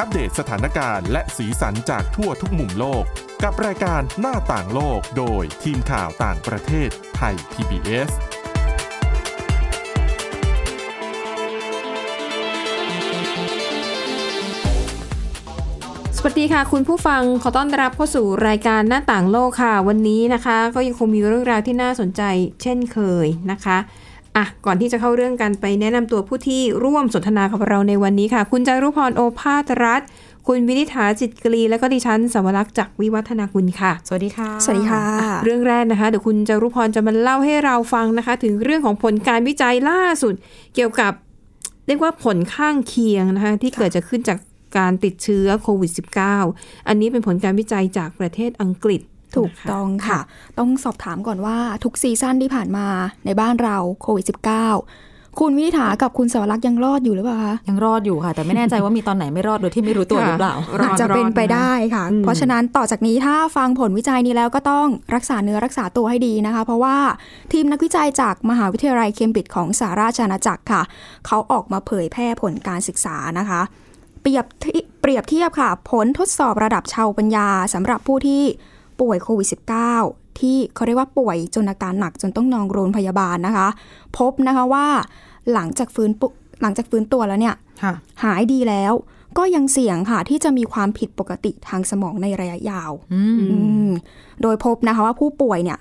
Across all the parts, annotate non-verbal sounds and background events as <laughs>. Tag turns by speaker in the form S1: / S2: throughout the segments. S1: อัปเดตสถานการณ์และสีสันจากทั่วทุกมุมโลก กับรายการหน้าต่างโลกโดยทีมข่าวต่างประเทศไทย PBS
S2: สวัสดีค่ะ คุณผู้ฟังขอต้อนรับเข้าสู่รายการหน้าต่างโลกค่ะ วันนี้นะคะ ก็ยังคงมีเรื่องราวที่น่าสนใจ เช่นเคยนะคะอ่ะก่อนที่จะเข้าเรื่องกันไปแนะนำตัวผู้ที่ร่วมสนทนากับเราในวันนี้ค่ะ คุณจารุพรโอภาสรัฐ คุณวินิษฐาจิตกรี และก็ดิฉันสวรักษ์จากวิวัฒนาคุณค่ะ
S3: สวัสดีค่ะ
S4: สวัสดีค่ะ
S2: เรื่องแรกนะคะเดี๋ยวคุณจารุพรจะมาเล่าให้เราฟังนะคะ ถึงเรื่องของผลการวิจัยล่าสุด เกี่ยวกับเรียกว่าผลข้างเคียงนะคะที่เกิดจะขึ้นจากการติดเชื้อโควิด -19 อันนี้เป็นผลการวิจัยจากประเทศอังกฤษ
S4: ถูก
S2: นะคะ
S4: ต้องค่ะ ต้องสอบถามก่อนว่าทุกซีซั่นที่ผ่านมาในบ้านเราโควิด -19 คุณวินิษฐากับคุณสวรักษ์ยังรอดอยู่หรือเปล่าคะ
S3: ยังรอดอยู่ค่ะ แต่ไม่แน่ใจว่ามีตอนไหนไม่รอดโดยที่ไม่รู้ตัวหรือเปล่า
S2: รอด
S4: อาจจะเป็นไปได้ค่ะ
S2: อืม
S4: เพราะฉะนั้นต่อจากนี้ถ้าฟังผลวิจัยนี้แล้วก็ต้องรักษาเนื้อรักษาตัวให้ดีนะคะ เพราะว่าทีมนักวิจัยจากมหาวิทยาลัยเคมบริดจ์ของสหราชอาณาจักรค่ะ เขาออกมาเผยแพร่ผลการศึกษานะคะ เปรียบเทียบเปรียบเทียบค่ะ ผลทดสอบระดับชาวปัญญาสำหรับผู้ที่ป่วยโควิด -19 ที่เขาเรียกว่าป่วยจนอาการหนักจนต้องนอนโรงพยาบาลนะคะ พบนะคะว่าหลังจากฟื้นปุหลังจากฟื้นตัวแล้วเนี่ย
S3: ค่ะ
S4: หายดีแล้ว ก็ยังเสี่ยงค่ะ ที่จะมีความผิดปกติทางสมองในระยะยาว
S3: อืม
S4: อืมโดยพบนะคะว่าผู้ป่วยเนี่ย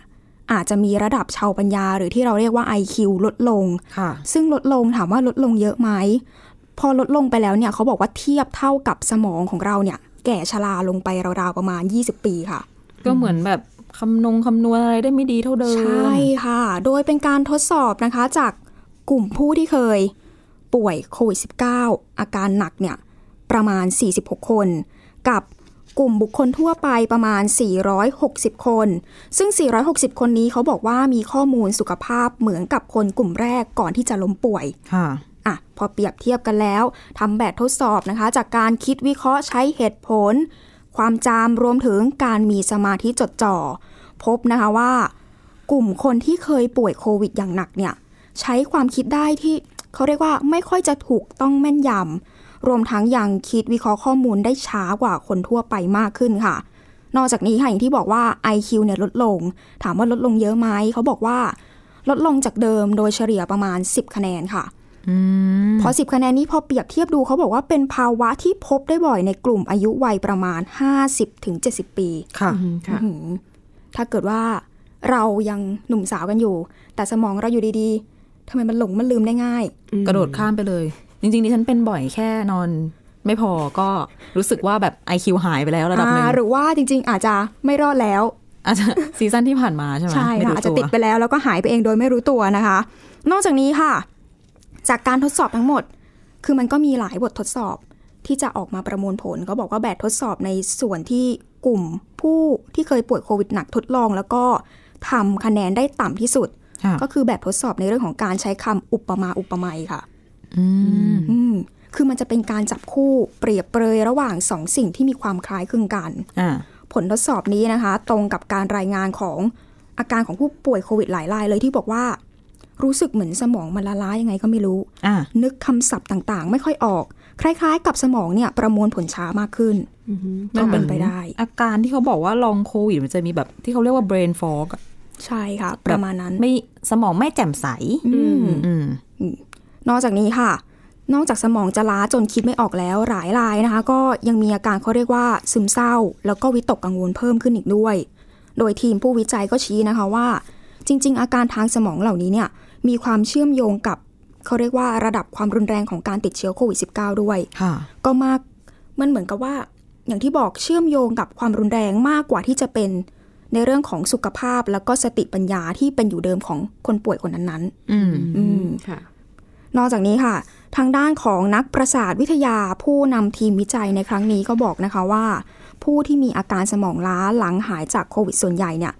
S4: อาจจะมีระดับชาวปัญญา หรือที่เราเรียกว่า IQ ลดลง
S3: ค่ะ
S4: ซึ่งลดลงถามว่าลดลงเยอะไหม พอลดลงไปแล้วเนี่ยเขาบอกว่าเทียบเท่ากับสมองของเราเนี่ย แก่ชราลงไปราวๆประมาณ 20 ปีค่ะ
S3: ก็เหมือนแบบคำนงคำนวณอะไรได้ไม่ดีเท่าเดิม
S4: ใช่ค่ะ โดยเป็นการทดสอบนะคะจากกลุ่มผู้ที่เคยป่วยโควิด -19 อาการหนักเนี่ยประมาณ 46 คน กับกลุ่มบุคคลทั่วไปประมาณ 460 คน ซึ่ง 460 คนนี้เขาบอกว่ามีข้อมูลสุขภาพเหมือนกับคนกลุ่มแรกก่อนที่จะล้มป่วย
S3: ค่ะ
S4: อ่ะพอเปรียบเทียบกันแล้วทำแบบทดสอบนะคะ จากการคิดวิเคราะห์ใช้เหตุผล ความจำรวมถึงการมีสมาธิจดจ่อ พบนะคะว่า กลุ่มคนที่เคยป่วยโควิดอย่างหนักเนี่ย ใช้ความคิดได้ที่เขาเรียกว่าไม่ค่อยจะถูกต้องแม่นยำรวมทั้งยังคิดวิเคราะห์ข้อมูลได้ช้ากว่าคนทั่วไปมากขึ้นค่ะ นอกจากนี้ค่ะอย่างที่บอกว่า IQ เนี่ยลดลง ถามว่าลดลงเยอะไหมเขาบอกว่า ลดลงจากเดิมโดยเฉลี่ยประมาณ 10 คะแนนค่ะ
S3: อืม
S4: พอ 10 คะแนนนี้พอเปรียบเทียบดูเขาบอกว่าเป็นภาวะที่พบได้บ่อยในกลุ่มอายุวัยประมาณ 50-70 ปี
S3: ค่ะ
S2: อืมค่ะ
S4: อื้อหือถ้าเกิดว่าเรายังหนุ่มสาวกันอยู่ แต่สมองเราอยู่ดีๆทำไมมันหลงมันลืมได้ง่าย
S3: กระโดดข้ามไปเลย จริงๆดิฉันเป็นบ่อยแค่นอน ไม่พอก็รู้สึกว่าแบบ IQ หายไปแล้วระดับหนึ่ง
S4: อ่าหรือว่าจริงๆ อาจจะไม่รอดแล้ว
S3: อาจจะซีซั่นที่ผ่านมาใช่ไหม
S4: ใช่
S3: ไม่
S4: ค่ะ
S3: รู้
S4: อาจจะ
S3: ว
S4: ติดไปแล้วแล้วก็หายไปเองโดยไม่รู้ตัวนะคะ นอกจากนี้ค่ะ จากการทดสอบทั้งหมด คือมันก็มีหลายบททดสอบที่จะออกมาประมวลผล ก็บอกว่าแบบทดสอบในส่วนที่กลุ่มผู้ที่เคยป่วยโควิดหนักทดลอง แล้วก็ทำคะแนนได้ต่ำที่สุด
S3: ค่ะ
S4: ก็คือแบบทดสอบในเรื่องของการใช้คำอุปมาอุปไมยค่ะ
S3: อืม
S4: อืมคือมันจะเป็นการจับคู่เปรียบเปรยระหว่างสองสิ่งที่มีความคล้ายคลึงกัน
S3: อ่า
S4: ผลทดสอบนี้นะคะ ตรงกับการรายงานของอาการของผู้ป่วยโควิดหลายรายเลยที่บอกว่า รู้สึกเหมือนสมองมันละลายยังไงก็ไม่รู้
S3: อ่า
S4: นึกคำศัพท์ต่างๆ ไม่ค่อยออก คล้ายๆ กับสมองเนี่ยประมวลผลช้ามากขึ้น
S3: มั
S4: ก็
S3: นเหมื
S4: เป็
S3: อน
S4: นไปได้
S3: อาการที่เขาบอกว่าลองโควิดมันจะมีแบบที่เขาเรียกว่า brain fog อะ
S4: ใช่ค่ะ ประมาณนั้น
S3: ไม่สมองไม่แจ่มใส
S4: อืม
S3: อืม
S4: นอกจากนี้ค่ะ นอกจากสมองจะล้าจนคิดไม่ออกแล้วหลายรายนะคะ ก็ยังมีอาการเขาเรียกว่าซึมเศร้า แล้วก็วิตกกังวลเพิ่มขึ้นอีกด้วย โดยทีมผู้วิจัยก็ชี้นะคะว่า จริง ๆ อาการทางสมองเหล่านี้เนี่ยมีความเชื่อมโยงกับเขาเรียกว่าระดับความรุนแรงของการติดเชื้อโควิด -19 ด้วย
S3: ค่ะ
S4: ก็มากมันเหมือนกับว่าอย่างที่บอกเชื่อมโยงกับความรุนแรงมากกว่าที่จะเป็นในเรื่องของสุขภาพแล้วก็สติปัญญาที่เป็นอยู่เดิมของคนป่วยคนนั้น
S3: อืม
S2: อืมค่ะ
S4: ๆ นอกจากนี้ค่ะ ทางด้านของนักประสาทวิทยาผู้นำทีมวิจัยในครั้งนี้ก็บอกนะคะว่า ผู้ที่มีอาการสมองล้าหลังหายจากโควิดส่วนใหญ่เนี่ย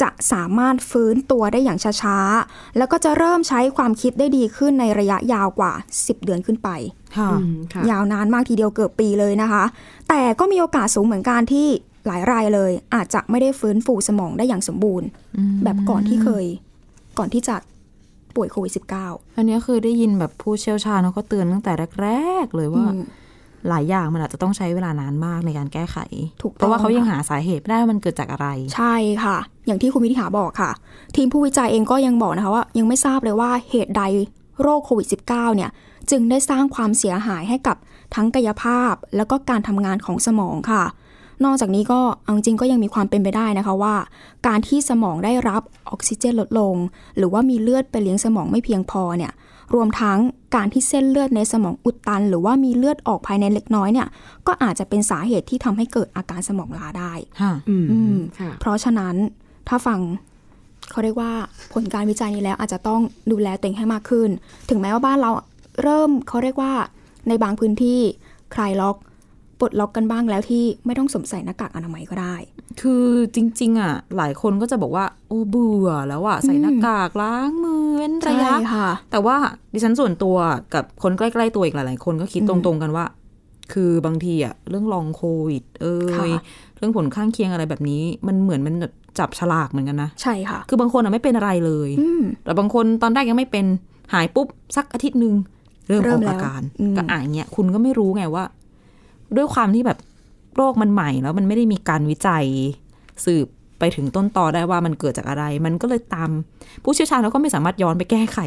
S4: จะสามารถฟื้นตัวได้อย่างช้าๆ แล้วก็จะเริ่มใช้ความคิดได้ดีขึ้นในระยะยาวกว่า 10 เดือนขึ้นไป
S3: ค่ะ
S2: อืมค่ะ
S4: ยาวนานมากทีเดียวเกือบปีเลยนะคะ แต่ก็มีโอกาสสูงเหมือนกันที่หลายรายเลย อาจจะไม่ได้ฟื้นฟูสมองได้อย่างสมบูรณ์ แบบก่อนที่เคย ก่อนที่จะป่วยโควิด -19
S3: อันเนี้ยเคยได้ยินแบบผู้เชี่ยวชาญเขาก็เตือนตั้งแต่แรก ๆ เลยว่า
S4: อืม
S3: หลายอย่างมันอาจจะต้องใช้เวลานานมากในการแก้ไข
S4: ถูกต้อง
S3: เพราะว่าเขายังหาสาเหตุไม่ได้ว่ามันเกิดจากอะไร
S4: ใช่ค่ะ อย่างที่คุณวินิหาบอกค่ะ ทีมผู้วิจัยเองก็ยังบอกนะคะว่า ยังไม่ทราบเลยว่าเหตุใดโรคโควิด -19 เนี่ย จึงได้สร้างความเสียหายให้กับทั้งกายภาพ แล้วก็การทำงานของสมองค่ะ นอกจากนี้ก็เอาจริงๆก็ยังมีความเป็นไปได้นะคะว่า การที่สมองได้รับออกซิเจนลดลง หรือว่ามีเลือดไปเลี้ยงสมองไม่เพียงพอเนี่ย รวมทั้งการที่เส้นเลือดในสมองอุดตัน หรือว่ามีเลือดออกภายในเล็กน้อยเนี่ย ก็อาจจะเป็นสาเหตุที่ทำให้เกิดอาการสมองล้าได้
S3: ค่ะ
S2: อื
S4: อื
S2: ม
S4: ม
S2: ค่ะ
S4: เพราะฉะนั้นถ้าฟังเขาเรียกว่าผลการวิจัยนี้แล้วอาจจะต้องดูแลตัวเองให้มากขึ้น ถึงแม้ว่าบ้านเราเริ่มเขาเรียกว่าในบางพื้นที่คลายล็อกปลดล็อกกันบ้างแล้วที่ไม่ต้องสวมใส่หน้ากากอนามัยก็ได้
S3: คือจริง ๆ อ่ะ หลายคนก็จะบอกว่า โอ้เบื่อแล้วอ่ะ ใส่หน้ากากล้างมือเว้นระยะ
S4: ใช่ค่ะ
S3: แต่ว่าดิฉันส่วนตัวกับคนใกล้ ๆ ตัวอีกหลาย ๆ คนก็คิด
S4: อื
S3: ต
S4: ม
S3: รงๆกันว่า คือบางทีอ่ะ เรื่องลองโควิด เอ่
S4: ค่ะ
S3: ยเรื่องผลข้างเคียงอะไรแบบนี้ มันเหมือนมันแบบจับฉลากเหมือนกันนะ
S4: ใช่ค่ะ
S3: คือบางคนอ่ะไม่เป็นอะไรเลย
S4: อืม
S3: แต่บางคนตอนแรกยังไม่เป็นหายปุ๊บ สักอาทิตย์หนึ่งเริ่ม
S4: เริ่
S3: ออ
S4: ม
S3: ก
S4: แล้ว
S3: อาการ
S4: อืม
S3: ก็อ่านเงี้ยคุณก็ไม่รู้ไงว่า ด้วยความที่แบบโรคมันใหม่แล้วมันไม่ได้มีการวิจัย สืบไปถึงต้นตอได้ว่ามันเกิดจากอะไร มันก็เลยตาม ผู้เชี่ยวชาญเขาก็ไม่สามารถย้อนไปแก้ไข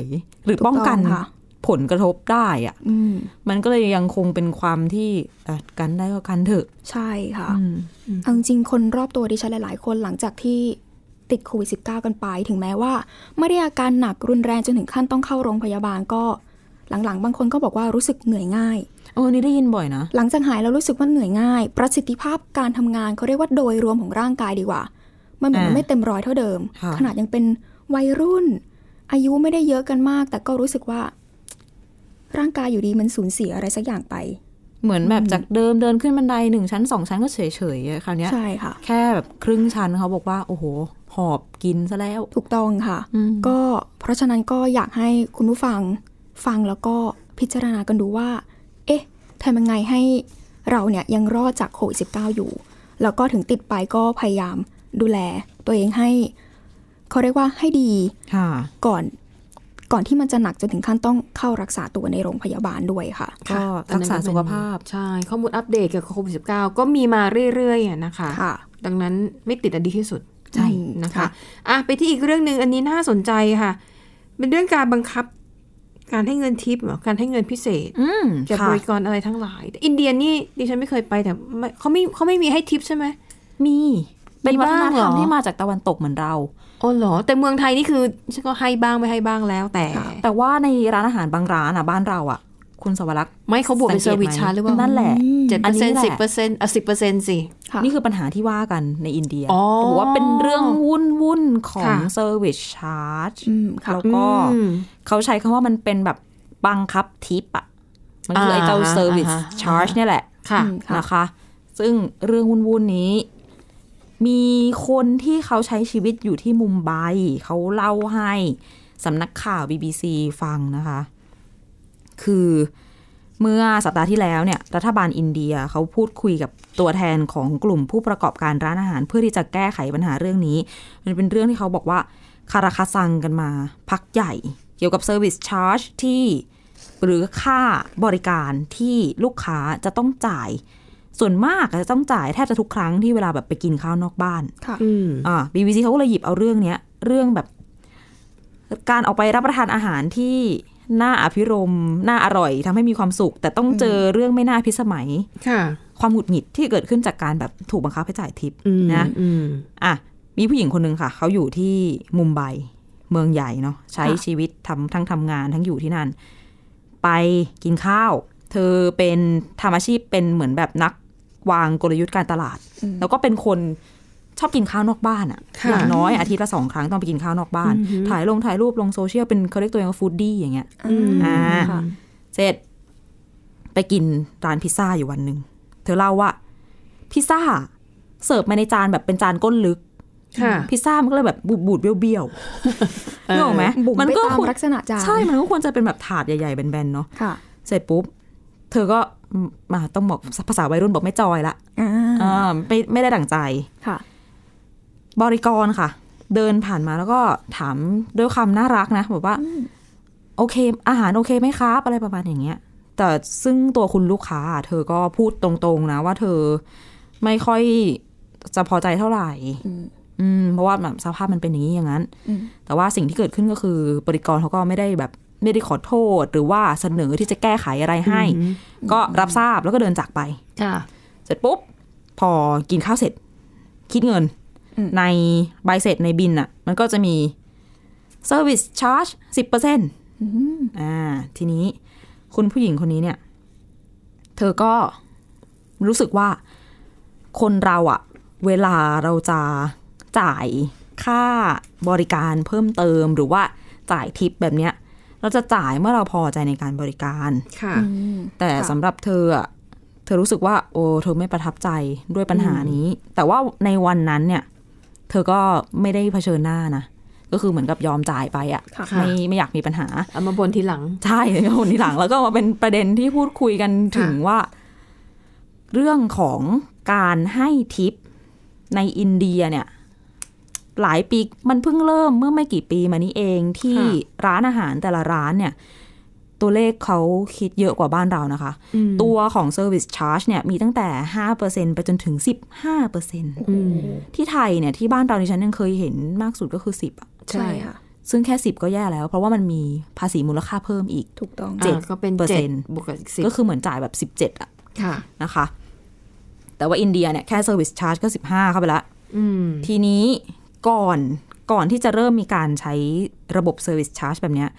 S3: หรือป้องกัน
S4: ถูต้ค่ะ
S3: ผลกระทบได้อะ
S4: อืม
S3: มันก็เลยยังคงเป็นความที่อ่ะกันได้ก็กันเถอะ
S4: ใช่ค่ะ
S3: อืม
S4: เอาจริงๆคนรอบตัวดิฉันหลาย ๆ คนหลังจากที่ติดโควิด -19 กันไป ถึงแม้ว่า ไม่ได้อาการหนักรุนแรงจนถึงขั้นต้องเข้าโรงพยาบาลก็ หลังๆ บางคนก็บอกว่ารู้สึกเหนื่อยง่าย
S3: โอ้นี่ได้ยินบ่อยนะ
S4: หลังจากหายแล้วรู้สึกว่าเหนื่อยง่าย ประสิทธิภาพการทำงานเขาเรียกว่าโดยรวมของร่างกายดีกว่า มันเหมือน
S3: อ่า
S4: มันไม่เต็มร้อยเท่าเดิม
S3: ค่ะ
S4: ขนาดยังเป็นวัยรุ่น อายุไม่ได้เยอะกันมาก แต่ก็รู้สึกว่า ร่างกายอยู่ดีมันสูญเสียอะไรสักอย่างไป
S3: เหมือนแบบจากเดิมเดินขึ้นบันไดหนึ่งชั้นสองชั้นก็เฉยเฉยๆอะคราวเนี้ย
S4: ใช่ค่ะ
S3: แค่แบบครึ่งชั้นเขาบอกว่า โอ้โห หอบกินซะแล้ว
S4: ถูกต้องค่ะ
S3: อืม
S4: ก็เพราะฉะนั้นก็อยากให้คุณผู้ฟังฟังแล้วก็พิจารณากันดูว่า เอ๊ะทำยังไงให้เราเนี่ยยังรอดจากโควิด -19 อยู่ แล้วก็ถึงติดไปก็พยายามดูแลตัวเองให้เขาเรียกว่าให้ดี
S3: ค่ะ
S4: ก่อนก่อนที่มันจะหนักจนถึงขั้นต้องเข้ารักษาตัวในโรงพยาบาลด้วยค่ะ
S3: ก็
S2: ค่ะ
S3: รักษา
S2: อันนั้นเป็น
S3: สุขภาพ
S2: ใช่ข้อมูลอัปเดตเกี่ยวกับโควิด -19 ก็มีมาเรื่อยๆอะนะคะ
S4: ค่ะ
S2: ดังนั้นไม่ติดอันดีที่สุด
S4: ใช่
S2: นะคะ
S4: ค่ะ
S2: อ่ะ ไปที่อีกเรื่องหนึ่งอันนี้น่าสนใจค่ะ เป็นเรื่องการบังคับ การให้เงินทิปเหรอการให้เงินพิเศษ
S3: อืม
S2: แก่บ
S3: ค่ะ
S2: ริการอะไรทั้งหลายแต่อินเดียนี่ดิฉันไม่เคยไปแต่ไม่เขาไม่เขาไม่มีให้ทิปใช่ไหม
S3: มีเป็นวัฒน
S2: บ้าง
S3: ธ
S2: เห
S3: ร
S2: ร
S3: รม
S2: อ
S3: ที่มาจากตะวันตกเหมือนเรา
S2: อ๋อเหรอ แต่เมืองไทยนี่คือฉันก็ให้บ้างไม่ให้บ้างแล้ว แต่
S4: ค่ะ
S3: แต่ว่าในร้านอาหารบางร้านอ่ะบ้านเราอ่ะ คุณสวรักษ์
S2: ไม่เขาบวกเป็นเซอร์วิส
S3: สังเกตไหม
S2: ชาร์จหรือเปล่า
S3: นั่นแหละ
S2: เจ็ด
S3: อั
S2: เปอนร์
S3: นี้
S2: เซ็น
S3: แห
S2: ต์สิ
S3: ละ
S2: บเปอร์เซ็นต์อ่ะสิบเปอร์เซ็นต์สิ
S4: ค่ะ
S3: นี่คือปัญหาที่ว่ากันในอินเดีย
S2: อ๋อ
S3: ถือว่าเป็นเรื่องวุ่นวุ่นๆของ
S2: ค่ะ
S3: เซอร์วิสชาร์จ
S4: อืมค่ะ
S3: แล้วก็
S2: อืม
S3: เขาใช้คำว่ามันเป็นแบบบังคับทิปอะมันคือไอ้เจ้า
S2: อ่าฮะ
S3: เซอร์วิส
S2: อ่าฮะ
S3: ชาร์จเนี่ยแหละ
S2: ค่ะ
S4: อืม ค่ะ
S3: นะคะ ซึ่งเรื่องวุ่นวุ่นๆนี้ มีคนที่เขาใช้ชีวิตอยู่ที่มุมไบเขาเล่าให้สำนักข่าว BBC ฟังนะคะ คือเมื่อสัปดาห์ที่แล้วเนี่ยรัฐบาลอินเดียเขาพูดคุยกับตัวแทนของกลุ่มผู้ประกอบการร้านอาหาร เพื่อที่จะแก้ไขปัญหาเรื่องนี้ มันเป็นเรื่องที่เขาบอกว่าคาราคาซังกันมา พักใหญ่ เกี่ยวกับเซอร์วิสชาร์จที่หรือค่าบริการที่ลูกค้าจะต้องจ่าย ส่วนมากจะต้องจ่ายแทบจะทุกครั้งที่เวลาแบบไปกินข้าวนอกบ้าน
S4: ค่ะ
S2: อืม
S3: อ่า BBC เขาก็เลยหยิบเอาเรื่องเนี้ย เรื่องแบบ การออกไปรับประทานอาหารที่น่าอภิรมย์น่าอร่อยทำให้มีความสุข แต่ต้องเจอเรื่องไม่น่าพิสมัย
S2: ค่ะ
S3: ความหงุดหงิดที่เกิดขึ้นจากการแบบถูกบังคับให้จ่ายทิป
S2: อืม
S3: นะ
S2: อืม
S3: อ่ะมีผู้หญิงคนหนึ่งค่ะ เขาอยู่ที่มุมไบเมืองใหญ่เนาะใช้
S4: ค่ะ
S3: ชีวิตทำทั้งทำงานทั้งอยู่ที่นั่น ไปกินข้าว เธอเป็นทำอาชีพเป็นเหมือนแบบนักวางกลยุทธ์การตลาด แล้วก็เป็นคนชอบกินข้าวนอกบ้านอะ
S2: ค่ะ
S3: อย่างน้อยอาทิตย์ละสองครั้งต้องไปกินข้าวนอกบ้าน ถ่ายลงถ่ายรูปลงโซเชียลเป็นเขาเรียกตัวเองว่าฟู้ดดี้อย่างเงี้ย
S4: อืม
S3: อ่า
S4: ค่ะ
S3: เสร็จไปกินร้านพิซซ่าอยู่วันหนึ่ง เธอเล่าว่าพิซซ่าเสิร์ฟมาในจานแบบเป็นจานก้นลึก
S2: ค่ะ
S3: พิซซ่ามันก็เลยแบบบูดๆเบี้ยวๆนึกออกไหม
S4: บุ๋ม
S3: มัน
S4: ไป
S3: ก็
S4: ตาม
S3: ควร
S4: ลักษณะจาน
S3: ใช่ มันก็ควรจะเป็นแบบถาดใหญ่ๆแบนๆเนาะ
S4: ค่ะ
S3: เสร็จปุ๊บ เธอก็มาต้องบอกภาษาวัยรุ่นบอกไม่จอยละ
S4: อ่า
S3: อ่าไม่ไม่ได้ดั่งใจ
S4: ค่ะ
S3: บริกรค่ะ เดินผ่านมาแล้วก็ถามด้วยความน่ารักนะ บอกว่า โอเค อาหารโอเคไหมครับ อะไรประมาณอย่างเงี้ย แต่ซึ่งตัวคุณลูกค้าอะเธอก็พูดตรงๆนะว่าเธอไม่ค่อยจะพอใจเท่าไหร่
S4: อืม
S3: อืมเพราะว่าแบบสภาพมันเป็นอย่างนี้อย่างนั้น
S4: อืม
S3: แต่ว่าสิ่งที่เกิดขึ้นก็คือบริกรเขาก็ไม่ได้แบบไม่ได้ขอโทษ หรือว่าเสนอที่จะแก้ไขอะไรให้ ก็รับทราบแล้วก็เดินจากไป
S2: ค่ะ
S3: เสร็จปุ๊บ พอกินข้าวเสร็จ คิดเงิน
S4: อืม
S3: ในใบเสร็จในบินอ่ะ มันก็จะมี Service Charge สิบเปอร์เซ็นต์อ่า ทีนี้ คุณผู้หญิงคนนี้เนี่ย เธอก็รู้สึกว่าคนเราอะเวลาเราจะจ่ายค่าบริการเพิ่มเติมหรือว่าจ่ายทิปแบบเนี้ย เราจะจ่ายเมื่อเราพอใจในการบริการ
S2: ค่ะ
S4: อืม
S3: แต่
S4: ค่ะ
S3: สำหรับเธออะเธอรู้สึกว่า โอ้เธอไม่ประทับใจด้วยปัญหานี้ แต่ว่าในวันนั้นเนี่ย เธอก็ไม่ได้เผชิญหน้านะ ก็คือเหมือนกับยอมจ่ายไปอะ
S2: ค่ะ
S3: ไม่ไม่อยากมีปัญหา
S2: เอามาบนทีหลัง
S3: ใช่ <laughs> คนที่หลังแล้วก็มาเป็นประเด็นที่พูดคุยกันถึงว่า เรื่องของการให้ทิปในอินเดียเนี่ย หลายปีมันเพิ่งเริ่มเมื่อไม่กี่ปีมานี้เองที่
S2: ค่ะ
S3: ร้านอาหารแต่ละร้านเนี่ย ตัวเลขเขาคิดเยอะกว่าบ้านเรานะคะ ตัวของ Service Charge เนี่ยมีตั้งแต่ 5%ไปจนถึง 15%
S2: อืม
S3: ที่ไทยเนี่ยที่บ้านเราดิฉันยังเคยเห็นมากสุดก็คือ 10อะ
S2: ใช่
S4: ใช่ค่ะ
S3: ซึ่งแค่ 10 ก็แย่แล้ว เพราะว่ามันมีภาษีมูลค่าเพิ่มอีก
S4: ถูกต้อง
S3: เจ็ด
S2: อ่าก็เป็น
S3: เปอร์เซ็
S2: เจ็ด
S3: นต์
S2: บวกกับอีกสิบ
S3: ก็คือเหมือนจ่ายแบบ 17อะ
S2: ค่ะ
S3: นะคะ แต่ว่าอินเดียเนี่ยแค่ Service Charge ก็ 15 เข้าไปละ
S2: อืม
S3: ทีนี้ก่อนก่อนที่จะเริ่มมีการใช้ระบบ Service Charge แบบเนี้ย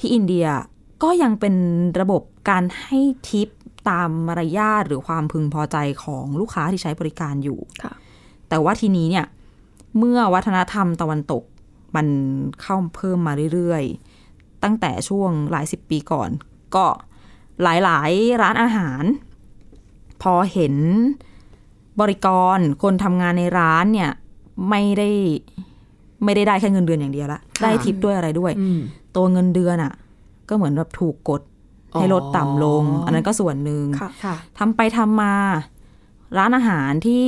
S3: ที่อินเดียก็ยังเป็นระบบการให้ทิปตามมารยาทหรือความพึงพอใจของลูกค้าที่ใช้บริการอยู่
S4: ค่ะ
S3: แต่ว่าทีนี้เนี่ยเมื่อวัฒนธรรมตะวันตกมันเข้าเพิ่มมาเรื่อยๆ ตั้งแต่ช่วงหลายสิบปีก่อน ก็หลายๆร้านอาหาร พอเห็นบริกรคนทำงานในร้านเนี่ยไม่ได้ไม่ได้ได้แค่เงินเดือนอย่างเดียวละ
S2: ค่ะ
S3: ได้ทิปด้วยอะไรด้วย
S2: อืม
S3: ตัวเงินเดือนอะ่ะ ก็เหมือนแบบถูกกดให้ลดต่ำลง
S2: อ๋ออั
S3: อันนั้นก็ส่วนหนึ่ง
S4: ค่ะ
S2: ค่ะ
S3: ทำไปทำมาร้านอาหารที่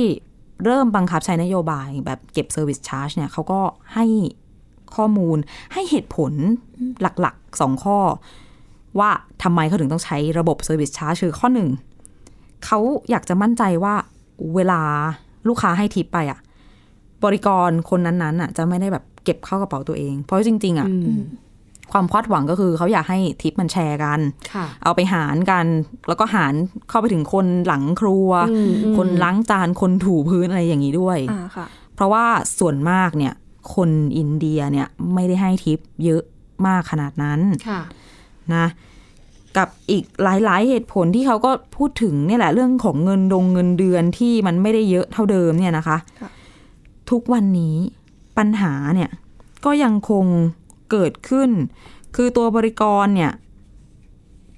S3: เริ่มบังคับใช้นโยบายแบบเก็บเซอร์วิสชาร์จเนี่ยเขาก็ให้ข้อมูลให้เหตุผลหลักๆสองข้อ ว่าทำไมเขาถึงต้องใช้ระบบเซอร์วิสชาร์จคือข้อหนึ่งเขาอยากจะมั่นใจว่าเวลาลูกค้าให้ทิปไปอะบริกรคนนั้นๆอะจะไม่ได้แบบเก็บเข้ากระเป๋าตัวเอง เพราะจริงๆอะ
S2: อืม
S3: ความคาดหวังก็คือเขาอยากให้ทิปมันแชร์กัน
S2: ค่ะ
S3: เอาไปหารกัน แล้วก็หารเข้าไปถึงคนหลังครัว
S2: อืมอืม
S3: คนล้างจานคนถูพื้นอะไรอย่างนี้ด้วย
S4: อ่าค่ะ
S3: เพราะว่าส่วนมากเนี่ย คนอินเดียเนี่ยไม่ได้ให้ทิปเยอะมากขนาดนั้น
S2: ค่ะ
S3: นะ กับอีกหลาย ๆ เหตุผลที่เขาก็พูดถึงเนี่ยแหละเรื่องของเงินดงเงินเดือนที่มันไม่ได้เยอะเท่าเดิมเนี่ยนะคะ
S4: ค่ะ
S3: ทุกวันนี้ปัญหาเนี่ยก็ยังคงเกิดขึ้น คือตัวบริกรเนี่ย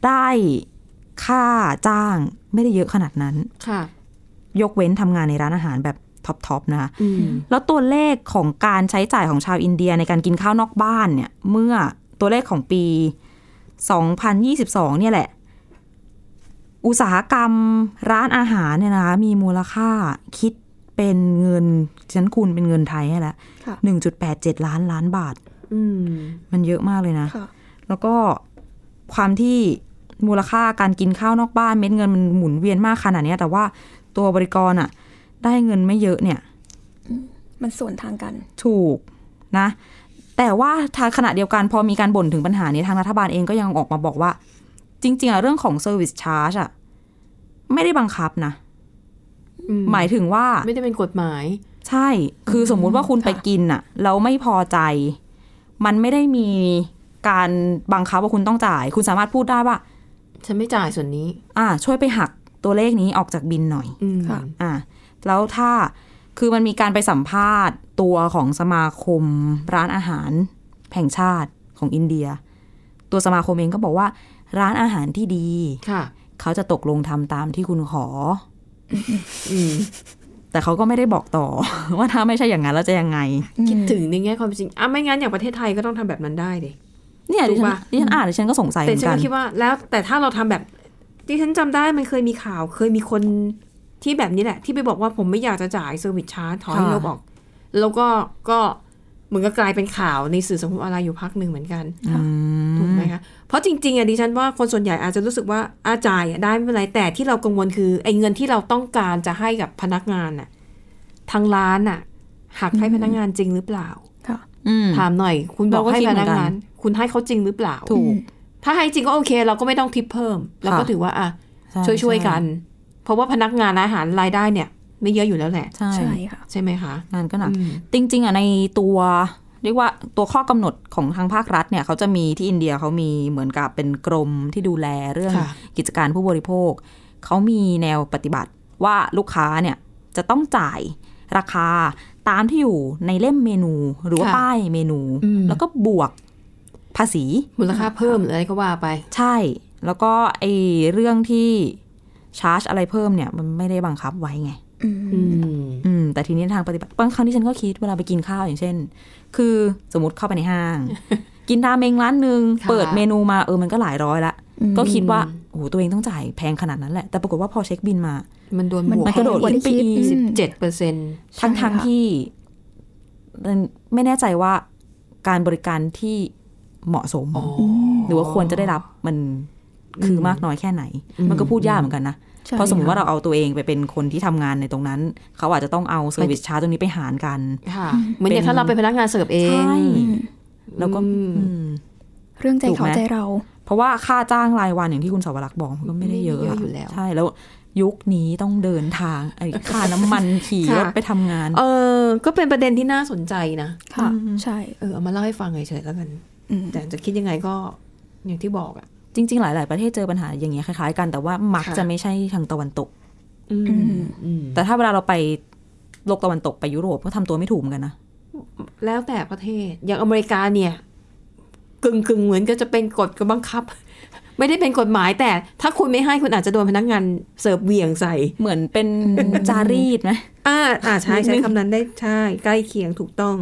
S3: ได้ค่าจ้างไม่ได้เยอะขนาดนั้น
S2: ค่ะ
S3: ยกเว้นทำงานในร้านอาหารแบบท็อปๆนะคะ
S2: อืม
S3: แล้วตัวเลขของการใช้จ่ายของชาวอินเดียในการกินข้าวนอกบ้านเนี่ย เมื่อตัวเลขของปี 2022 เนี่ยแหละ อุตสาหกรรมร้านอาหารเนี่ยนะคะมีมูลค่าคิดเป็นเงินฉันคูณเป็นเงินไทยให้ละ
S4: ค่ะ
S3: 1.87 ล้านล้านบาท
S2: อืม
S3: มันเยอะมากเลยนะ
S4: ค่ะ
S3: แล้วก็ความที่มูลค่าการกินข้าวนอกบ้านเม็ดเงินมันหมุนเวียนมากขนาดเนี้ยแต่ว่าตัวบริกรอะได้เงินไม่เยอะเนี่ย
S4: มันส่วนทางกัน
S3: ถูกนะ แต่ว่าทางขณะเดียวกันพอมีการบ่นถึงปัญหานี้ทางรัฐบาลเองก็ยังออกมาบอกว่า จริง ๆอะเรื่องของเซอร์วิสชาร์จอะไม่ได้บังคับนะ
S2: อืม
S3: หมายถึงว่า
S2: ไม่ได้เป็นกฎหมาย
S3: ใช่ คือสมมุติว่าคุณไปกินอะแล้วไม่พอใจ มันไม่ได้มีการบังคับว่าคุณต้องจ่าย คุณสามารถพูดได้ว่า
S2: ฉันไม่จ่ายส่วนนี้
S3: อ่า ช่วยไปหักตัวเลขนี้ออกจากบินหน่อย
S2: อืม
S4: ค่ะ
S3: อ่ะแล้วถ้าคือมันมีการไปสัมภาษณ์ตัวของสมาคมร้านอาหารแห่งชาติของอินเดีย ตัวสมาคมเองก็บอกว่า ร้านอาหารที่ดี
S2: ค่ะ
S3: เขาจะตกลงทำตามที่คุณขอ
S2: อืม
S3: แต่เขาก็ไม่ได้บอกต่อ ว่าถ้าไม่ใช่อย่างนั้นแล้วจะยังไง
S2: คิดถึงในแง่ความเป็นจริงอ่ะไม่งั้นอย่างประเทศไทยก็ต้องทำแบบนั้นได้ดิ
S3: เนี่ย
S2: ถูก
S3: ดิฉัน
S2: ปะ
S3: ดิฉันอ่านดิฉันก็สงสัยเห
S2: แต่
S3: มือ
S2: ฉั
S3: น
S2: น
S3: กั
S2: ก็
S3: น
S2: คิดว่าแล้วแต่ถ้าเราทำแบบที่ฉันจำได้มันเคยมีข่าว เคยมีคนที่แบบนี้แหละ ที่ไปบอกว่าผมไม่อยากจะจ่ายเซอร์วิสชาร์จถอยลบออก แล้วก็ก็เหมือนก็กลายเป็นข่าวในสื่อสังคมออนไลน์อยู่พักหนึ่งเหมือนกัน
S3: อืม
S2: ถูกไหม นะคะเพราะจริงๆอ่ะดิฉันว่าคนส่วนใหญ่อาจจะรู้สึกว่าอาจ่ายอ่ะได้ไม่เป็นไรแต่ที่เรากังวลคือไอ้เงินที่เราต้องการจะให้กับพนักงานน่ะทางร้านน่ะหักให้พนักงานจริงหรือเปล่า
S4: ค่ะ
S3: อืม
S2: ถามหน่อย คุณบอก
S3: เราก็
S2: ให้พ
S3: คิดเหมื
S2: นั
S3: อก นกัน
S2: งาน คุณให้เขาจริงหรือเปล่า
S3: ถูก
S2: ถ้าให้จริงก็โอเค เราก็ไม่ต้องทิปเพิ่ม เราก็
S3: ค่ะ
S2: ถือว่าอ่ะ
S3: ใช่
S2: ช่วยช่วย
S3: ใ
S2: ๆกัน เพราะว่าพนักงานอาหารรายได้เนี่ย ไม่เยอะอยู่แล้วแหละ
S3: ใช่
S4: ใช่ค่ะ
S2: ใช่ไหมคะ
S3: งานก็หนัก
S2: อืม
S3: จริง ๆอ่ะในตัวเรียกว่าตัวข้อกำหนดของทางภาครัฐเนี่ยเขาจะมีที่อินเดียเขามีเหมือนกับเป็นกรมที่ดูแลเรื่อง
S2: ค่ะ
S3: กิจการผู้บริโภค เขามีแนวปฏิบัติว่าลูกค้าเนี่ยจะต้องจ่ายราคาตามที่อยู่ในเล่มเมนูหรือว่า
S2: ค่ะ
S3: ป้ายเมนู
S2: อืม
S3: แล้วก็บวกภาษี
S2: มูลค่าเพิ่มหรืออะไรก็ว่าไป
S3: ใช่ แล้วก็ไอเรื่องที่ชาร์จอะไรเพิ่มเนี่ยมันไม่ได้บังคับไว้ไง
S4: อืม
S2: อืม
S3: อืมแต่ทีนี้ทางปฏิบัติบางครั้งที่ฉันก็คิดเวลาไปกินข้าวอย่างเช่น คือสมมติเข้าไปในห้าง กินราเมงร้านหนึ่ง
S2: ค่ะ
S3: เปิดเมนูมาเออมันก็หลายร้อยละ
S4: อืม
S3: ก็คิดว่าโอ้โหตัวเองต้องจ่ายแพงขนาดนั้นแหละ แต่ปรากฏว่าพอเช็คบินมา
S2: มันโดน
S4: มัน
S2: บวก
S3: มันกระโดดขึ้นไปอีก
S2: สิบเจ็ดเปอร์เซ็นต์
S3: ทั้ง
S4: ใช่
S3: ทั้ง
S4: ค่ะ
S3: ที่ไม่แน่ใจว่าการบริการที่เหมาะสม
S2: อ๋อ
S3: หรือว่าควรจะได้รับมันคืออ
S2: ม
S3: มากน้อยแค่ไหน
S2: อืม
S3: มันก็พูดยากเหมือนกันนะ
S4: ใช่
S3: เพราะสมมติว่า
S4: ค่ะ
S3: เราเอาตัวเองไปเป็นคนที่ทำงานในตรงนั้น เขาอาจจะต้องเอาเซอร์วิสชาร์จตรงนี้ไปหารกัน
S2: ค่ะเหมือนอย่างถ้าเราเป็นพนักงานเสิร์ฟเอง
S3: ใช่
S4: อืม
S3: แล้วก็
S2: อืม
S3: อืม
S4: เรื่องใจ
S3: ถูก
S4: เขา
S3: ไหม
S4: ใจเรา
S3: เพราะว่าค่าจ้างรายวันอย่างที่คุณสาวรักษ์บอกมันก็ไม่ได้เยอะ
S2: อยู่แล้ว
S3: ใช่แล้วยุคนี้ต้องเดินทาง
S2: <laughs>
S3: ไอ้ค่าน้ำมันขี่
S2: ค่ะ
S3: รถไปทำงาน
S2: เออก็เป็นประเด็นที่น่าสนใจนะ
S4: ค่ะ
S3: อืม
S4: ใช่
S2: เออเอามาเล่าให้ฟังเฉยๆแล้วกัน
S4: อืม
S2: แต่จะคิดยังไงก็อย่างที่บอกอ่ะ
S3: จริง ๆ หลาย ๆ ประเทศเจอปัญหาอย่างเงี้ยคล้าย ๆ กันแต่ว่ามัก
S2: ค่ะ
S3: จะไม่ใช่ทางตะวันตก
S2: อืม
S4: ม
S2: อืม
S3: แต่ถ้าเวลาเราไปโลกตะวันตกไปยุโรปก็ทำตัวไม่ถูกเหมือนกันนะ
S2: แล้วแต่ประเทศอย่างอเมริกาเนี่ย กึ่งกึ่งๆเหมือนก็จะเป็นกฎก็บังคับ <laughs> ไม่ได้เป็นกฎหมายแต่ถ้าคุณไม่ให้คุณอาจจะโดนพนักงานเสิร์ฟเหวี่ยงใส่
S3: เหมือนเป็น จารีตไหม
S2: อ่าอ่าใช่ใช้คำนั้นได้ใช่ใกล้เคียงถูกต้อง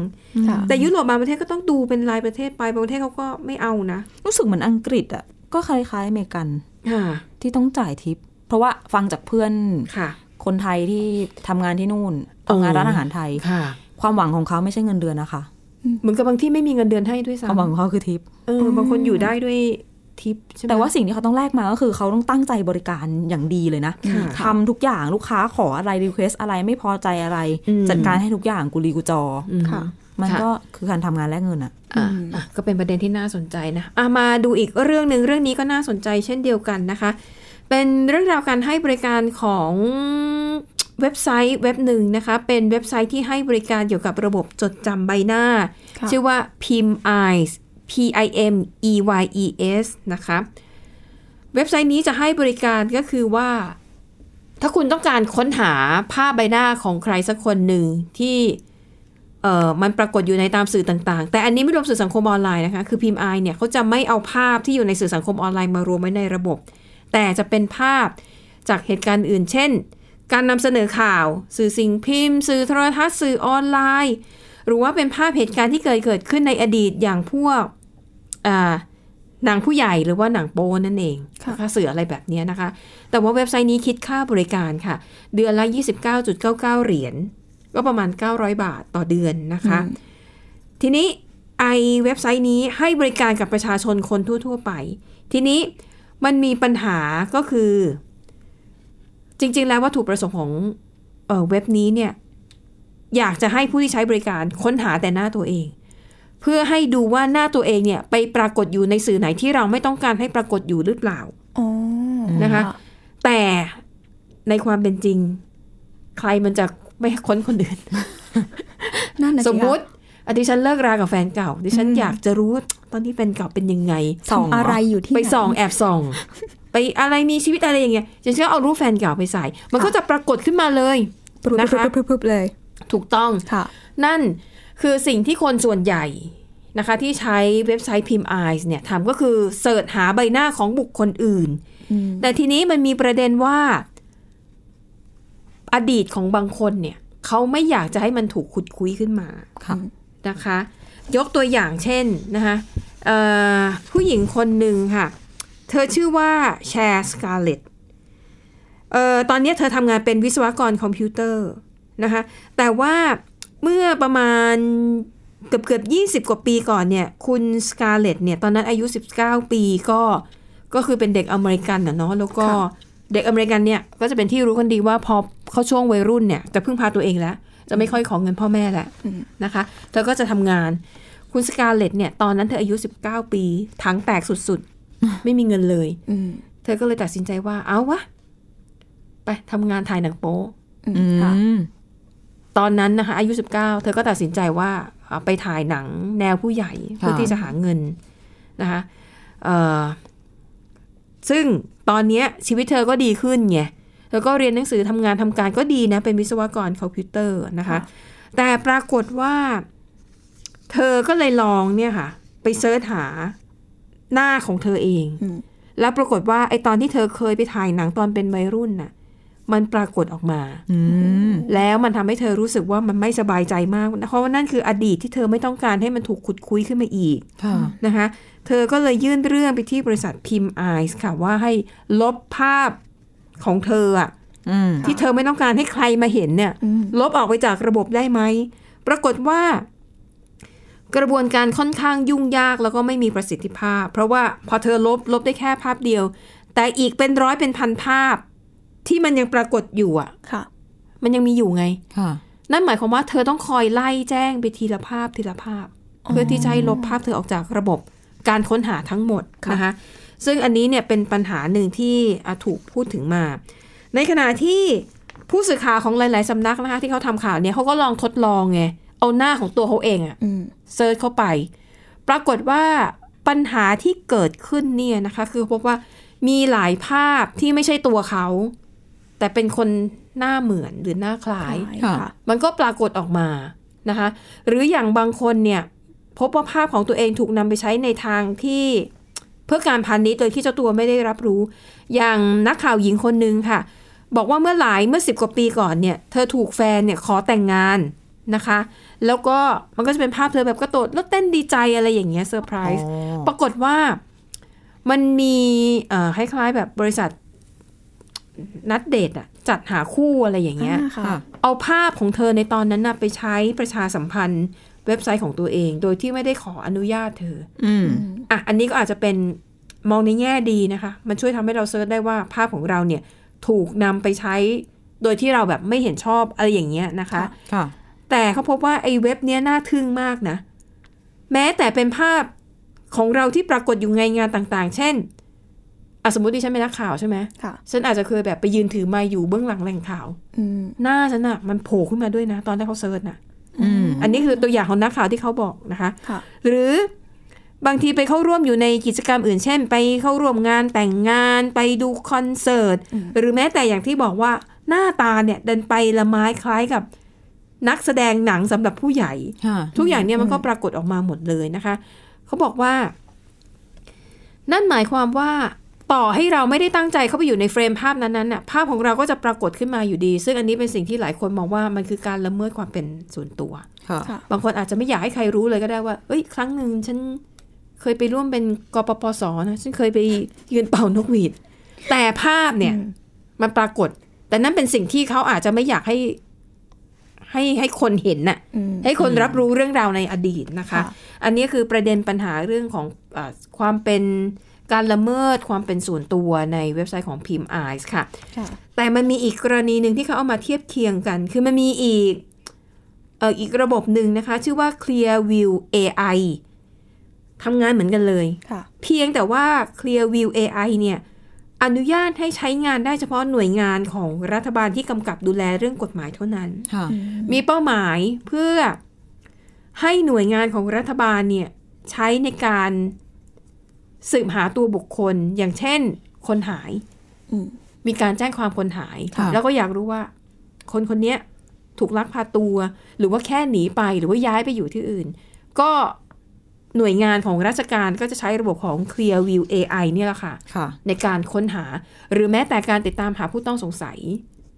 S4: ค่ะ
S2: แต่ยุโรปบางประเทศก็ต้องดูเป็นรายประเทศไปบางประเทศเขาก็ไม่เอานะ
S3: รู้สึกเหมือนอังกฤษอ่ะก็คล้ายๆอเมริกัน
S2: ค่ะ
S3: ที่ต้องจ่ายทิป เพราะว่าฟังจากเพื่อน
S2: ค่ะ
S3: คนไทยที่ทำงานที่นู่น
S2: เออ
S3: ทำงานร้านอาหารไทย
S2: ค่ะ
S3: ความหวังของเขาไม่ใช่เงินเดือนนะคะ
S2: เหมือนกับบางที่ไม่มีเงินเดือนให้ด้วย
S3: ความหวังข
S2: ซ้ำ
S3: องเขาคือทิป
S2: เออบางคนอยู่ได้ด้วยทิปใช่ไหม
S3: แต่ว่าสิ่งที่เขาต้องแลกมาก็คือเขาต้องตั้งใจบริการอย่างดีเลยนะ
S2: ค่ะ
S3: ทำทุกอย่างลูกค้าขออะไรรีเควสอะไรไม่พอใจอะไร
S2: อืม
S3: จัดการให้ทุกอย่างกุลีกุจออ
S2: อืม
S4: ค่ะ
S3: มัน
S2: ค่ะ
S3: ก็คือการทำงานแลกเงินอะ
S2: อ่ะ
S4: อืม
S2: อ่ะก็เป็นประเด็นที่น่าสนใจนะอ่ะมาดูอีกเรื่องหนึ่งเรื่องนี้ก็น่าสนใจเช่นเดียวกันนะคะ เป็นเรื่องราวการให้บริการของเว็บไซต์เว็บหนึ่งนะคะ เป็นเว็บไซต์ที่ให้บริการเกี่ยวกับระบบจดจำใบหน้า
S4: ค่ะ
S2: ชื่อว่า Pim Eyes P I M E Y E S นะคะ เว็บไซต์นี้จะให้บริการก็คือว่า ถ้าคุณต้องการค้นหาภาพใบหน้าของใครสักคนหนึ่งที่เอ่อมันปรากฏอยู่ในตามสื่อต่างๆ แต่อันนี้ไม่รวมสื่อสังคมออนไลน์นะคะ คือพิมพ์ไอเนี่ยเขาจะไม่เอาภาพที่อยู่ในสื่อสังคมออนไลน์มารวมไว้ในระบบ แต่จะเป็นภาพจากเหตุการณ์อื่น เช่น การนำเสนอข่าว สื่อสิ่งพิมพ์ สื่อโทรทัศน์สื่อออนไลน์ หรือว่าเป็นภาพเหตุการณ์ที่เคยเกิดขึ้นในอดีตอย่างพวกอ่าหนังผู้ใหญ่หรือว่าหนังโป้นั่นเอง
S4: ค่ะ
S2: นสื่ออะไรแบบเนี้ยนะคะ แต่ว่าเว็บไซต์นี้คิดค่าบริการค่ะ เดือนละ 29.99 เหรียญ ก็ประมาณ 900 บาทต่อเดือนนะคะ ทีนี้ไอเว็บไซต์นี้ให้บริการกับประชาชนคนทั่ว ๆ ไป ทีนี้มันมีปัญหาก็คือ จริง ๆ แล้ววัตถุประสงค์ของเอ่อเว็บนี้เนี่ย อยากจะให้ผู้ที่ใช้บริการค้นหาแต่หน้าตัวเอง เพื่อให้ดูว่าหน้าตัวเองเนี่ย ไปปรากฏอยู่ในสื่อไหนที่เราไม่ต้องการให้ปรากฏอยู่หรือเปล่า
S4: อ๋อ
S2: นะคะ แต่ในความเป็นจริง ใครมันจะไม่ค้นคนอื่น
S4: <laughs> นั่นนะ
S2: ส
S4: คะ
S2: มมุติอะดิฉันเลิกรากับแฟนเก่า ดิฉัน
S4: อืม
S2: อยากจะรู้ว่าตอนที่แฟนเก่าเป็นยังไง
S3: ส่อง
S4: อะไรอยู่ที่
S2: ไปส่อง
S4: หน
S2: แอบส่อง ไปอะไรมีชีวิตอะไรอย่างเงี้ยฉันก็เอารูปแฟนเก่าไปใส่ มัน
S4: ค่ะ
S2: ก็จะปรากฏขึ้นมาเลย
S4: ปรุบ
S2: นะคะ
S4: ปรุบปรุบปรุบเลย
S2: ถูกต้อง
S4: ค่ะ
S2: นั่นคือสิ่งที่คนส่วนใหญ่นะคะ ที่ใช้เว็บไซต์พิมพ์ไอซ์เนี่ยทำก็คือเสิร์ชหาใบหน้าของบุคคลอื่น
S4: อืม
S2: แต่ทีนี้มันมีประเด็นว่า อดีตของบางคนเนี่ย เขาไม่อยากจะให้มันถูกขุดคุยขึ้นมา
S3: ค่ะ
S2: นะคะ ยกตัวอย่างเช่นนะคะเอ่อผู้หญิงคนหนึ่งค่ะ เธอชื่อว่าแชร์สกาเลตเอ่อตอนนี้เธอทำงานเป็นวิศวกรคอมพิวเตอร์นะคะ แต่ว่าเมื่อประมาณ เกือบเกือบยี่สิบกว่าปีก่อนเนี่ย คุณสกาเลตเนี่ยตอนนั้นอายุ 19 ปีก็ก็คือเป็นเด็กอเมริกันน่ะเนาะแล้วก็
S4: ค่ะ
S2: เด็กอเมริกันเนี่ยก็จะเป็นที่รู้กันดีว่าพอเขาช่วงวัยรุ่นเนี่ยจะพึ่งพาตัวเองแล้ว จะไม่ค่อยของเงินพ่อแม่แล้วนะคะเธอก็จะทำงาน คุณสกาเลตเนี่ยตอนนั้นเธออายุ 19 ปีถังแตกสุดๆ ไม่มีเงินเลย
S4: อืม
S2: เธอก็เลยตัดสินใจว่าเอาวะไปทำงานถ่ายหนังโป๊ะ
S4: อืม
S3: อื
S4: ค่ะ
S3: ม
S2: ตอนนั้นนะคะอายุ 19 เธอก็ตัดสินใจว่าอ่าไปถ่ายหนังแนวผู้ใหญ่ เพื่อ
S3: ค่ะ
S2: ที่จะหาเงินนะคะเอ่อซึ่งตอนเนี้ยชีวิตเธอก็ดีขึ้นไงแล้วก็เรียนหนังสือทำงานทำการก็ดีนะ เป็นวิศวกรคอมพิวเตอร์นะคะ
S4: ค่ะ
S2: แต่ปรากฏว่า เธอก็เลยลองเนี่ยค่ะ ไปเซิร์ชหาหน้าของเธอเอง
S4: อืม
S2: แล้วปรากฏว่าไอตอนที่เธอเคยไปถ่ายหนังตอนเป็นวัยรุ่นน่ะ มันปรากฏออกมา
S3: อืม
S2: แล้วมันทำให้เธอรู้สึกว่ามันไม่สบายใจมาก เพราะว่านั่นคืออดีตที่เธอไม่ต้องการให้มันถูกขุดคุยขึ้นมาอีก
S3: ค่ะ
S2: นะคะ เธอก็เลยยื่นเรื่องไปที่บริษัทพิมพ์ไอซ์ค่ะว่าให้ลบภาพของเธออะ
S3: อืม
S2: ที่เธอไม่ต้องการให้ใครมาเห็นเนี่ย
S4: อืม
S2: ลบออกไปจากระบบได้ไหม ปรากฏว่า กระบวนการค่อนข้างยุ่งยากแล้วก็ไม่มีประสิทธิภาพ เพราะว่าพอเธอลบลบได้แค่ภาพเดียว แต่อีกเป็นร้อยเป็นพันภาพ ที่มันยังปรากฏอยู่อ่ะ
S4: ค่ะ
S2: มันยังมีอยู่ไง
S3: ค่ะ
S2: นั่นหมายความว่าเธอต้องคอยไล่แจ้งไปทีละภาพทีละภาพ เพื่อที่จะให้ลบภาพเธอออกจากระบบการค้นหาทั้งหมด
S4: ค่ะ
S2: นะคะซึ่งอันนี้เนี่ยเป็นปัญหาหนึ่งที่อ่ะถูกพูดถึงมา ในขณะที่ผู้สื่อข่าวของหลาย ๆ สำนักนะคะที่เขาทำข่าวเนี่ยเขาก็ลองทดลองไงเอาหน้าของตัวเขาเองอะ
S4: อืม
S2: เซิร์ชเข้าไป ปรากฏว่าปัญหาที่เกิดขึ้นเนี่ยนะคะคือพบว่ามีหลายภาพที่ไม่ใช่ตัวเขา แต่เป็นคนหน้าเหมือนหรือหน้าคล้าย
S3: ค่ะ
S4: ค่ะ
S2: มันก็ปรากฏออกมานะคะ หรืออย่างบางคนเนี่ย พบว่าภาพของตัวเองถูกนำไปใช้ในทางที่เพื่อการพาณิชย์โดยที่เจ้าตัวไม่ได้รับรู้ อย่างนักข่าวหญิงคนหนึ่งค่ะ บอกว่าเมื่อหลายเมื่อสิบกว่าปีก่อนเนี่ย เธอถูกแฟนเนี่ยขอแต่งงานนะคะ แล้วก็มันก็จะเป็นภาพเธอแบบกระโดดแล้วเต้นดีใจอะไรอย่างเงี้ยเซอร์ไพรส์ ปรากฏว่ามันมีเอ่อคล้ายๆแบบบริษัทนัดเดทอะจัดหาคู่อะไรอย่างเงี้ย
S4: อ่าค่ะ
S3: ค่ะ
S2: เอาภาพของเธอในตอนนั้นนะไปใช้ประชาสัมพันธ์เว็บไซต์ของตัวเอง โดยที่ไม่ได้ขออนุญาตเธอ
S3: อืม
S2: อ่ะอันนี้ก็อาจจะเป็นมองในแง่ดีนะคะ มันช่วยทำให้เราเซิร์ชได้ว่าภาพของเราเนี่ยถูกนำไปใช้โดยที่เราแบบไม่เห็นชอบอะไรอย่างเงี้ยนะคะ
S4: ค่ะ
S3: ค่ะ
S2: แต่เขาพบว่าไอ้เว็บเนี้ยน่าทึ่งมากนะ แม้แต่เป็นภาพของเราที่ปรากฏอยู่ในงานต่างๆ เช่นอ่ะสมมติดิฉันเป็นนักข่าวใช่ไหม
S4: ค่ะ
S2: ฉันอาจจะเคยแบบไปยืนถือไมค์อยู่เบื้องหลังแหล่งข่าว
S4: อืม
S2: หน้าฉันอะมันโผล่ขึ้นมาด้วยนะ ตอนที่เขาเซิร์ชน่ะ
S3: อืม
S2: อันนี้คือตัวอย่างของนักข่าวที่เขาบอกนะคะ
S4: ค่ะ
S2: หรือบางทีไปเข้าร่วมอยู่ในกิจกรรมอื่น เช่น ไปเข้าร่วมงานแต่งงานไปดูคอนเสิร์ต
S4: อืม
S2: หรือแม้แต่อย่างที่บอกว่าหน้าตาเนี่ยดันไปละไม้คล้ายกับนักแสดงหนังสำหรับผู้ใหญ่
S3: ค่ะ
S2: ทุกอย่างเนี่ยมันก็ปรากฏออกมาหมดเลยนะคะ เขาบอกว่า นั่นหมายความว่าต่อให้เราไม่ได้ตั้งใจเข้าไปอยู่ในเฟรมภาพนั้นๆน่ะภาพของเราก็จะปรากฏขึ้นมาอยู่ดี ซึ่งอันนี้เป็นสิ่งที่หลายคนมองว่ามันคือการละเมิดความเป็นส่วนตัว
S3: ค่ะ
S4: ค่ะ
S2: บางคนอาจจะไม่อยากให้ใครรู้เลยก็ได้ว่า เอ้ย ครั้งหนึ่งฉันเคยไปร่วมเป็นกปปสนะ ฉันเคยไปยืนเป่านกหวีด แต่ภาพเนี่ย
S4: อืม
S2: มันปรากฏ แต่นั่นเป็นสิ่งที่เขาอาจจะไม่อยากให้ให้ให้คนเห็นน่ะ
S4: อืม
S2: ให้คนรับรู้เรื่องราวในอดีตนะคะ
S4: ค่ะ
S2: อันนี้คือประเด็นปัญหาเรื่องของอาความเป็นการละเมิดความเป็นส่วนตัวในเว็บไซต์ของพิมพ์ไอซ์ค่ะ
S4: ค่ะ
S2: แต่มันมีอีกกรณีหนึ่งที่เขาเอามาเทียบเคียงกัน คือมันมีอีกเอ่ออีกระบบหนึ่งนะคะ ชื่อว่า Clearview AI ทำงานเหมือนกันเลย
S4: ค่ะ
S2: เพียงแต่ว่า Clearview AI เนี่ยอนุญาตให้ใช้งานได้เฉพาะหน่วยงานของรัฐบาลที่กำกับดูแลเรื่องกฎหมายเท่านั้น
S3: ค่ะ
S2: มีเป้าหมายเพื่อให้หน่วยงานของรัฐบาลเนี่ยใช้ในการสืบหาตัวบุคคล อย่างเช่น คนหาย
S4: อืม
S2: มีการแจ้งความคนหาย
S3: ค่ะ
S2: แล้วก็อยากรู้ว่า คนคนเนี้ยถูกลักพาตัว หรือว่าแค่หนีไปหรือว่าย้ายไปอยู่ที่อื่น ก็หน่วยงานของราชการก็จะใช้ระบบของ Clearview AI เนี่ยแหละค่ะ
S3: ค่ะ
S2: ในการค้นหาหรือแม้แต่การติดตามหาผู้ต้องสงสัย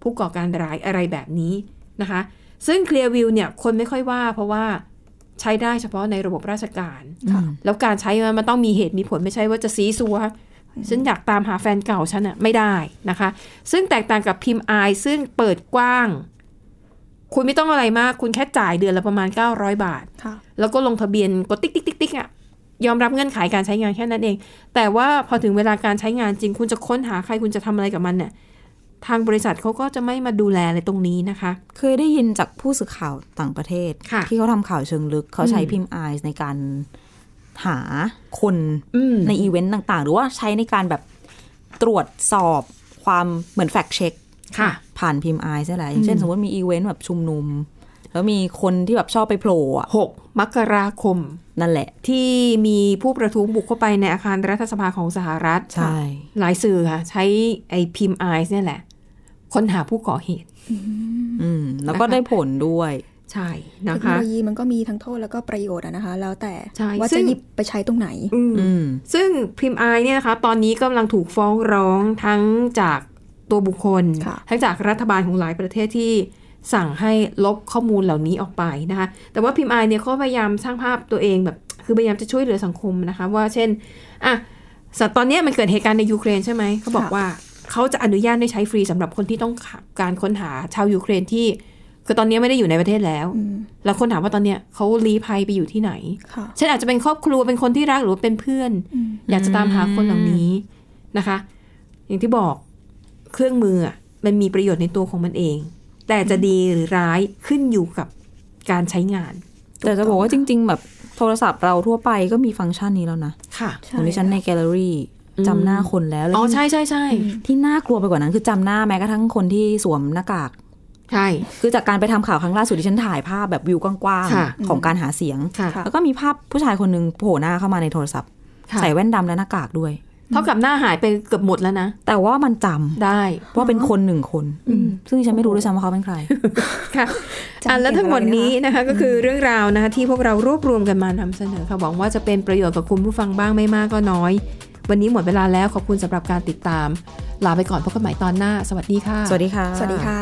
S2: ผู้ก่อการร้ายอะไรแบบนี้นะคะ ซึ่ง Clearview เนี่ยคนไม่ค่อยว่า เพราะว่าใช้ได้เฉพาะในระบบราชการ
S3: ค่ะ
S2: แล้วการใช้มันมันต้องมีเหตุมีผลไม่ใช่ว่าจะซีซัวฉันอยากตามหาแฟนเก่าฉันอะไม่ได้นะคะ ซึ่งแตกต่างกับพิมพ์อายซึ่งเปิดกว้าง คุณไม่ต้องอะไรมาก คุณแค่จ่ายเดือนละประมาณ 900 บาท
S4: ค่ะ
S2: แล้วก็ลงทะเบียนกดติ๊กติ๊กติ๊กติ๊กอ่ะยอมรับเงื่อนไขการใช้งานแค่นั้นเอง แต่ว่าพอถึงเวลาการใช้งานจริง คุณจะค้นหาใครคุณจะทำอะไรกับมันเนี่ยทางบริษัทเขาก็จะไม่มาดูแลอะไรตรงนี้นะคะ
S3: เคยได้ยินจากผู้สื่อข่าวต่างประเทศ
S2: ค่ะ
S3: ที่เขาทำข่าวเชิงลึกเขาใช้
S2: อืม
S3: พิมพ์ไอซ์ในการหาคน
S2: อืม
S3: ในอีเวนต์ต่างๆ หรือว่าใช้ในการแบบตรวจสอบความเหมือนแฟกเช็ค
S2: ค่ะ
S3: ผ่านพิมพ์ไอซ์นี่แหละอย่างเช่น สมมติมีอีเวนต์แบบชุมนุม แล้วมีคนที่แบบชอบไปโผล่อะ
S2: 6 มกราคม
S3: นั่นแหละ
S2: ที่มีผู้ประท้วงบุกเข้าไปในอาคารรัฐสภาของสหรัฐ
S3: ใช่
S2: หลายสื่อค่ะ ใช้ไอพิมพ์ไอซ์เนี่ยแหละ ค้นหาผู้ก่อเหตุ
S3: อืม แล้วก็
S2: นะคะ
S3: ได้ผลด้วย
S2: ใช่
S4: เทคโนโลยีมันก็มีทั้งโทษแล้วก็ประโยชน์อะนะคะ แล้วแต่
S2: ใช่
S4: ว่า
S2: ซึ่
S4: จะ
S2: ง
S4: หยิบไปใช้ตรงไหน
S2: อืม
S3: อืม
S2: ซึ่งพิมพ์อายเนี่ยนะคะตอนนี้กำลังถูกฟ้องร้องทั้งจากตัวบุคคล
S4: ค่ะ
S2: ทั้งจากรัฐบาลของหลายประเทศที่สั่งให้ลบข้อมูลเหล่านี้ออกไปนะคะแต่ว่าพิมพ์อายเนี่ยเขาพยายามสร้างภาพตัวเองแบบคือพยายามจะช่วยเหลือสังคมนะคะ ว่าเช่นอ่ะสตว์ตอนเนี้ยมันเกิดเหตุการณ์ในยูเครนใช่ไหมเขาบอกว่าเขาจะอนุญาตให้ใช้ฟรีสำหรับคนที่ต้องการค้นหาชาวยูเครนที่คือตอนเนี้ยไม่ได้อยู่ในประเทศแล้ว
S4: อืม
S2: แล้วคนถามว่าตอนเนี้ยเขาลี้ภัยไปอยู่ที่ไหน
S4: ค่ะ
S2: เช่นอาจจะเป็นครอบครัวเป็นคนที่รักหรือว่าเป็นเพื่อน
S4: อืม
S2: อยากจะตามหาคนเหล่านี้นะคะ อย่างที่บอกเครื่องมืออะมันมีประโยชน์ในตัวของมันเอง แต่จะดีหรือร้ายขึ้นอยู่กับการใช้งาน
S3: แต่จะบอกว่าจริง ๆ แบบโทรศัพท์เราทั่วไปก็มีฟังก์ชันนี้แล้วนะ
S2: ค่ะ
S3: ของดิฉันในแกลเลอรี่จำหน้าคนแล้วแล้ว
S2: อ๋อใช่ใช่ใช่
S3: ที่น่ากลัวไปกว่านั้นคือจำหน้าแม้กระทั่งคนที่สวมหน้ากาก
S2: ใช่
S3: คือจากการไปทำข่าวครั้งล่าสุดที่ฉันถ่ายภาพแบบวิวกว้าง
S2: ค่ะ
S3: ๆของการหาเสียง
S2: ค่ะ
S3: แล้วก็มีภาพผู้ชายคนหนึ่งโผล่หน้าเข้ามาในโทรศัพท์
S2: ค่ะ
S3: ใส่แว่นดำและหน้ากากด้วย
S2: เท่ากับหน้าหายไปเกือบหมดแล้วนะ
S3: แต่ว่ามันจำ
S2: ได้
S3: ว่าเป็นคนหนึ่งคน ซึ่งดิฉันไม่รู้ด้วยซ้ำว่าเขาเป็นใคร
S2: <laughs> ค่ะอ่ะและทั้งหมดนี้นะคะก็คือเรื่องราวนะคะที่พวกเรารวบรวมกันมานำเสนอค่ะหวังว่าจะเป็นประโยชน์กับคุณผู้ฟังบ้างไม่มากก็น้อย วันนี้หมดเวลาแล้วขอบคุณสำหรับการติดตาม ลาไปก่อนพบกันใหม่ตอนหน้า สวัสดีค่ะ
S3: สวัสดีค่ะ
S4: สวัสดีค่ะ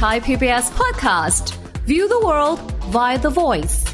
S5: Thai PBS podcast. View the world via the voice.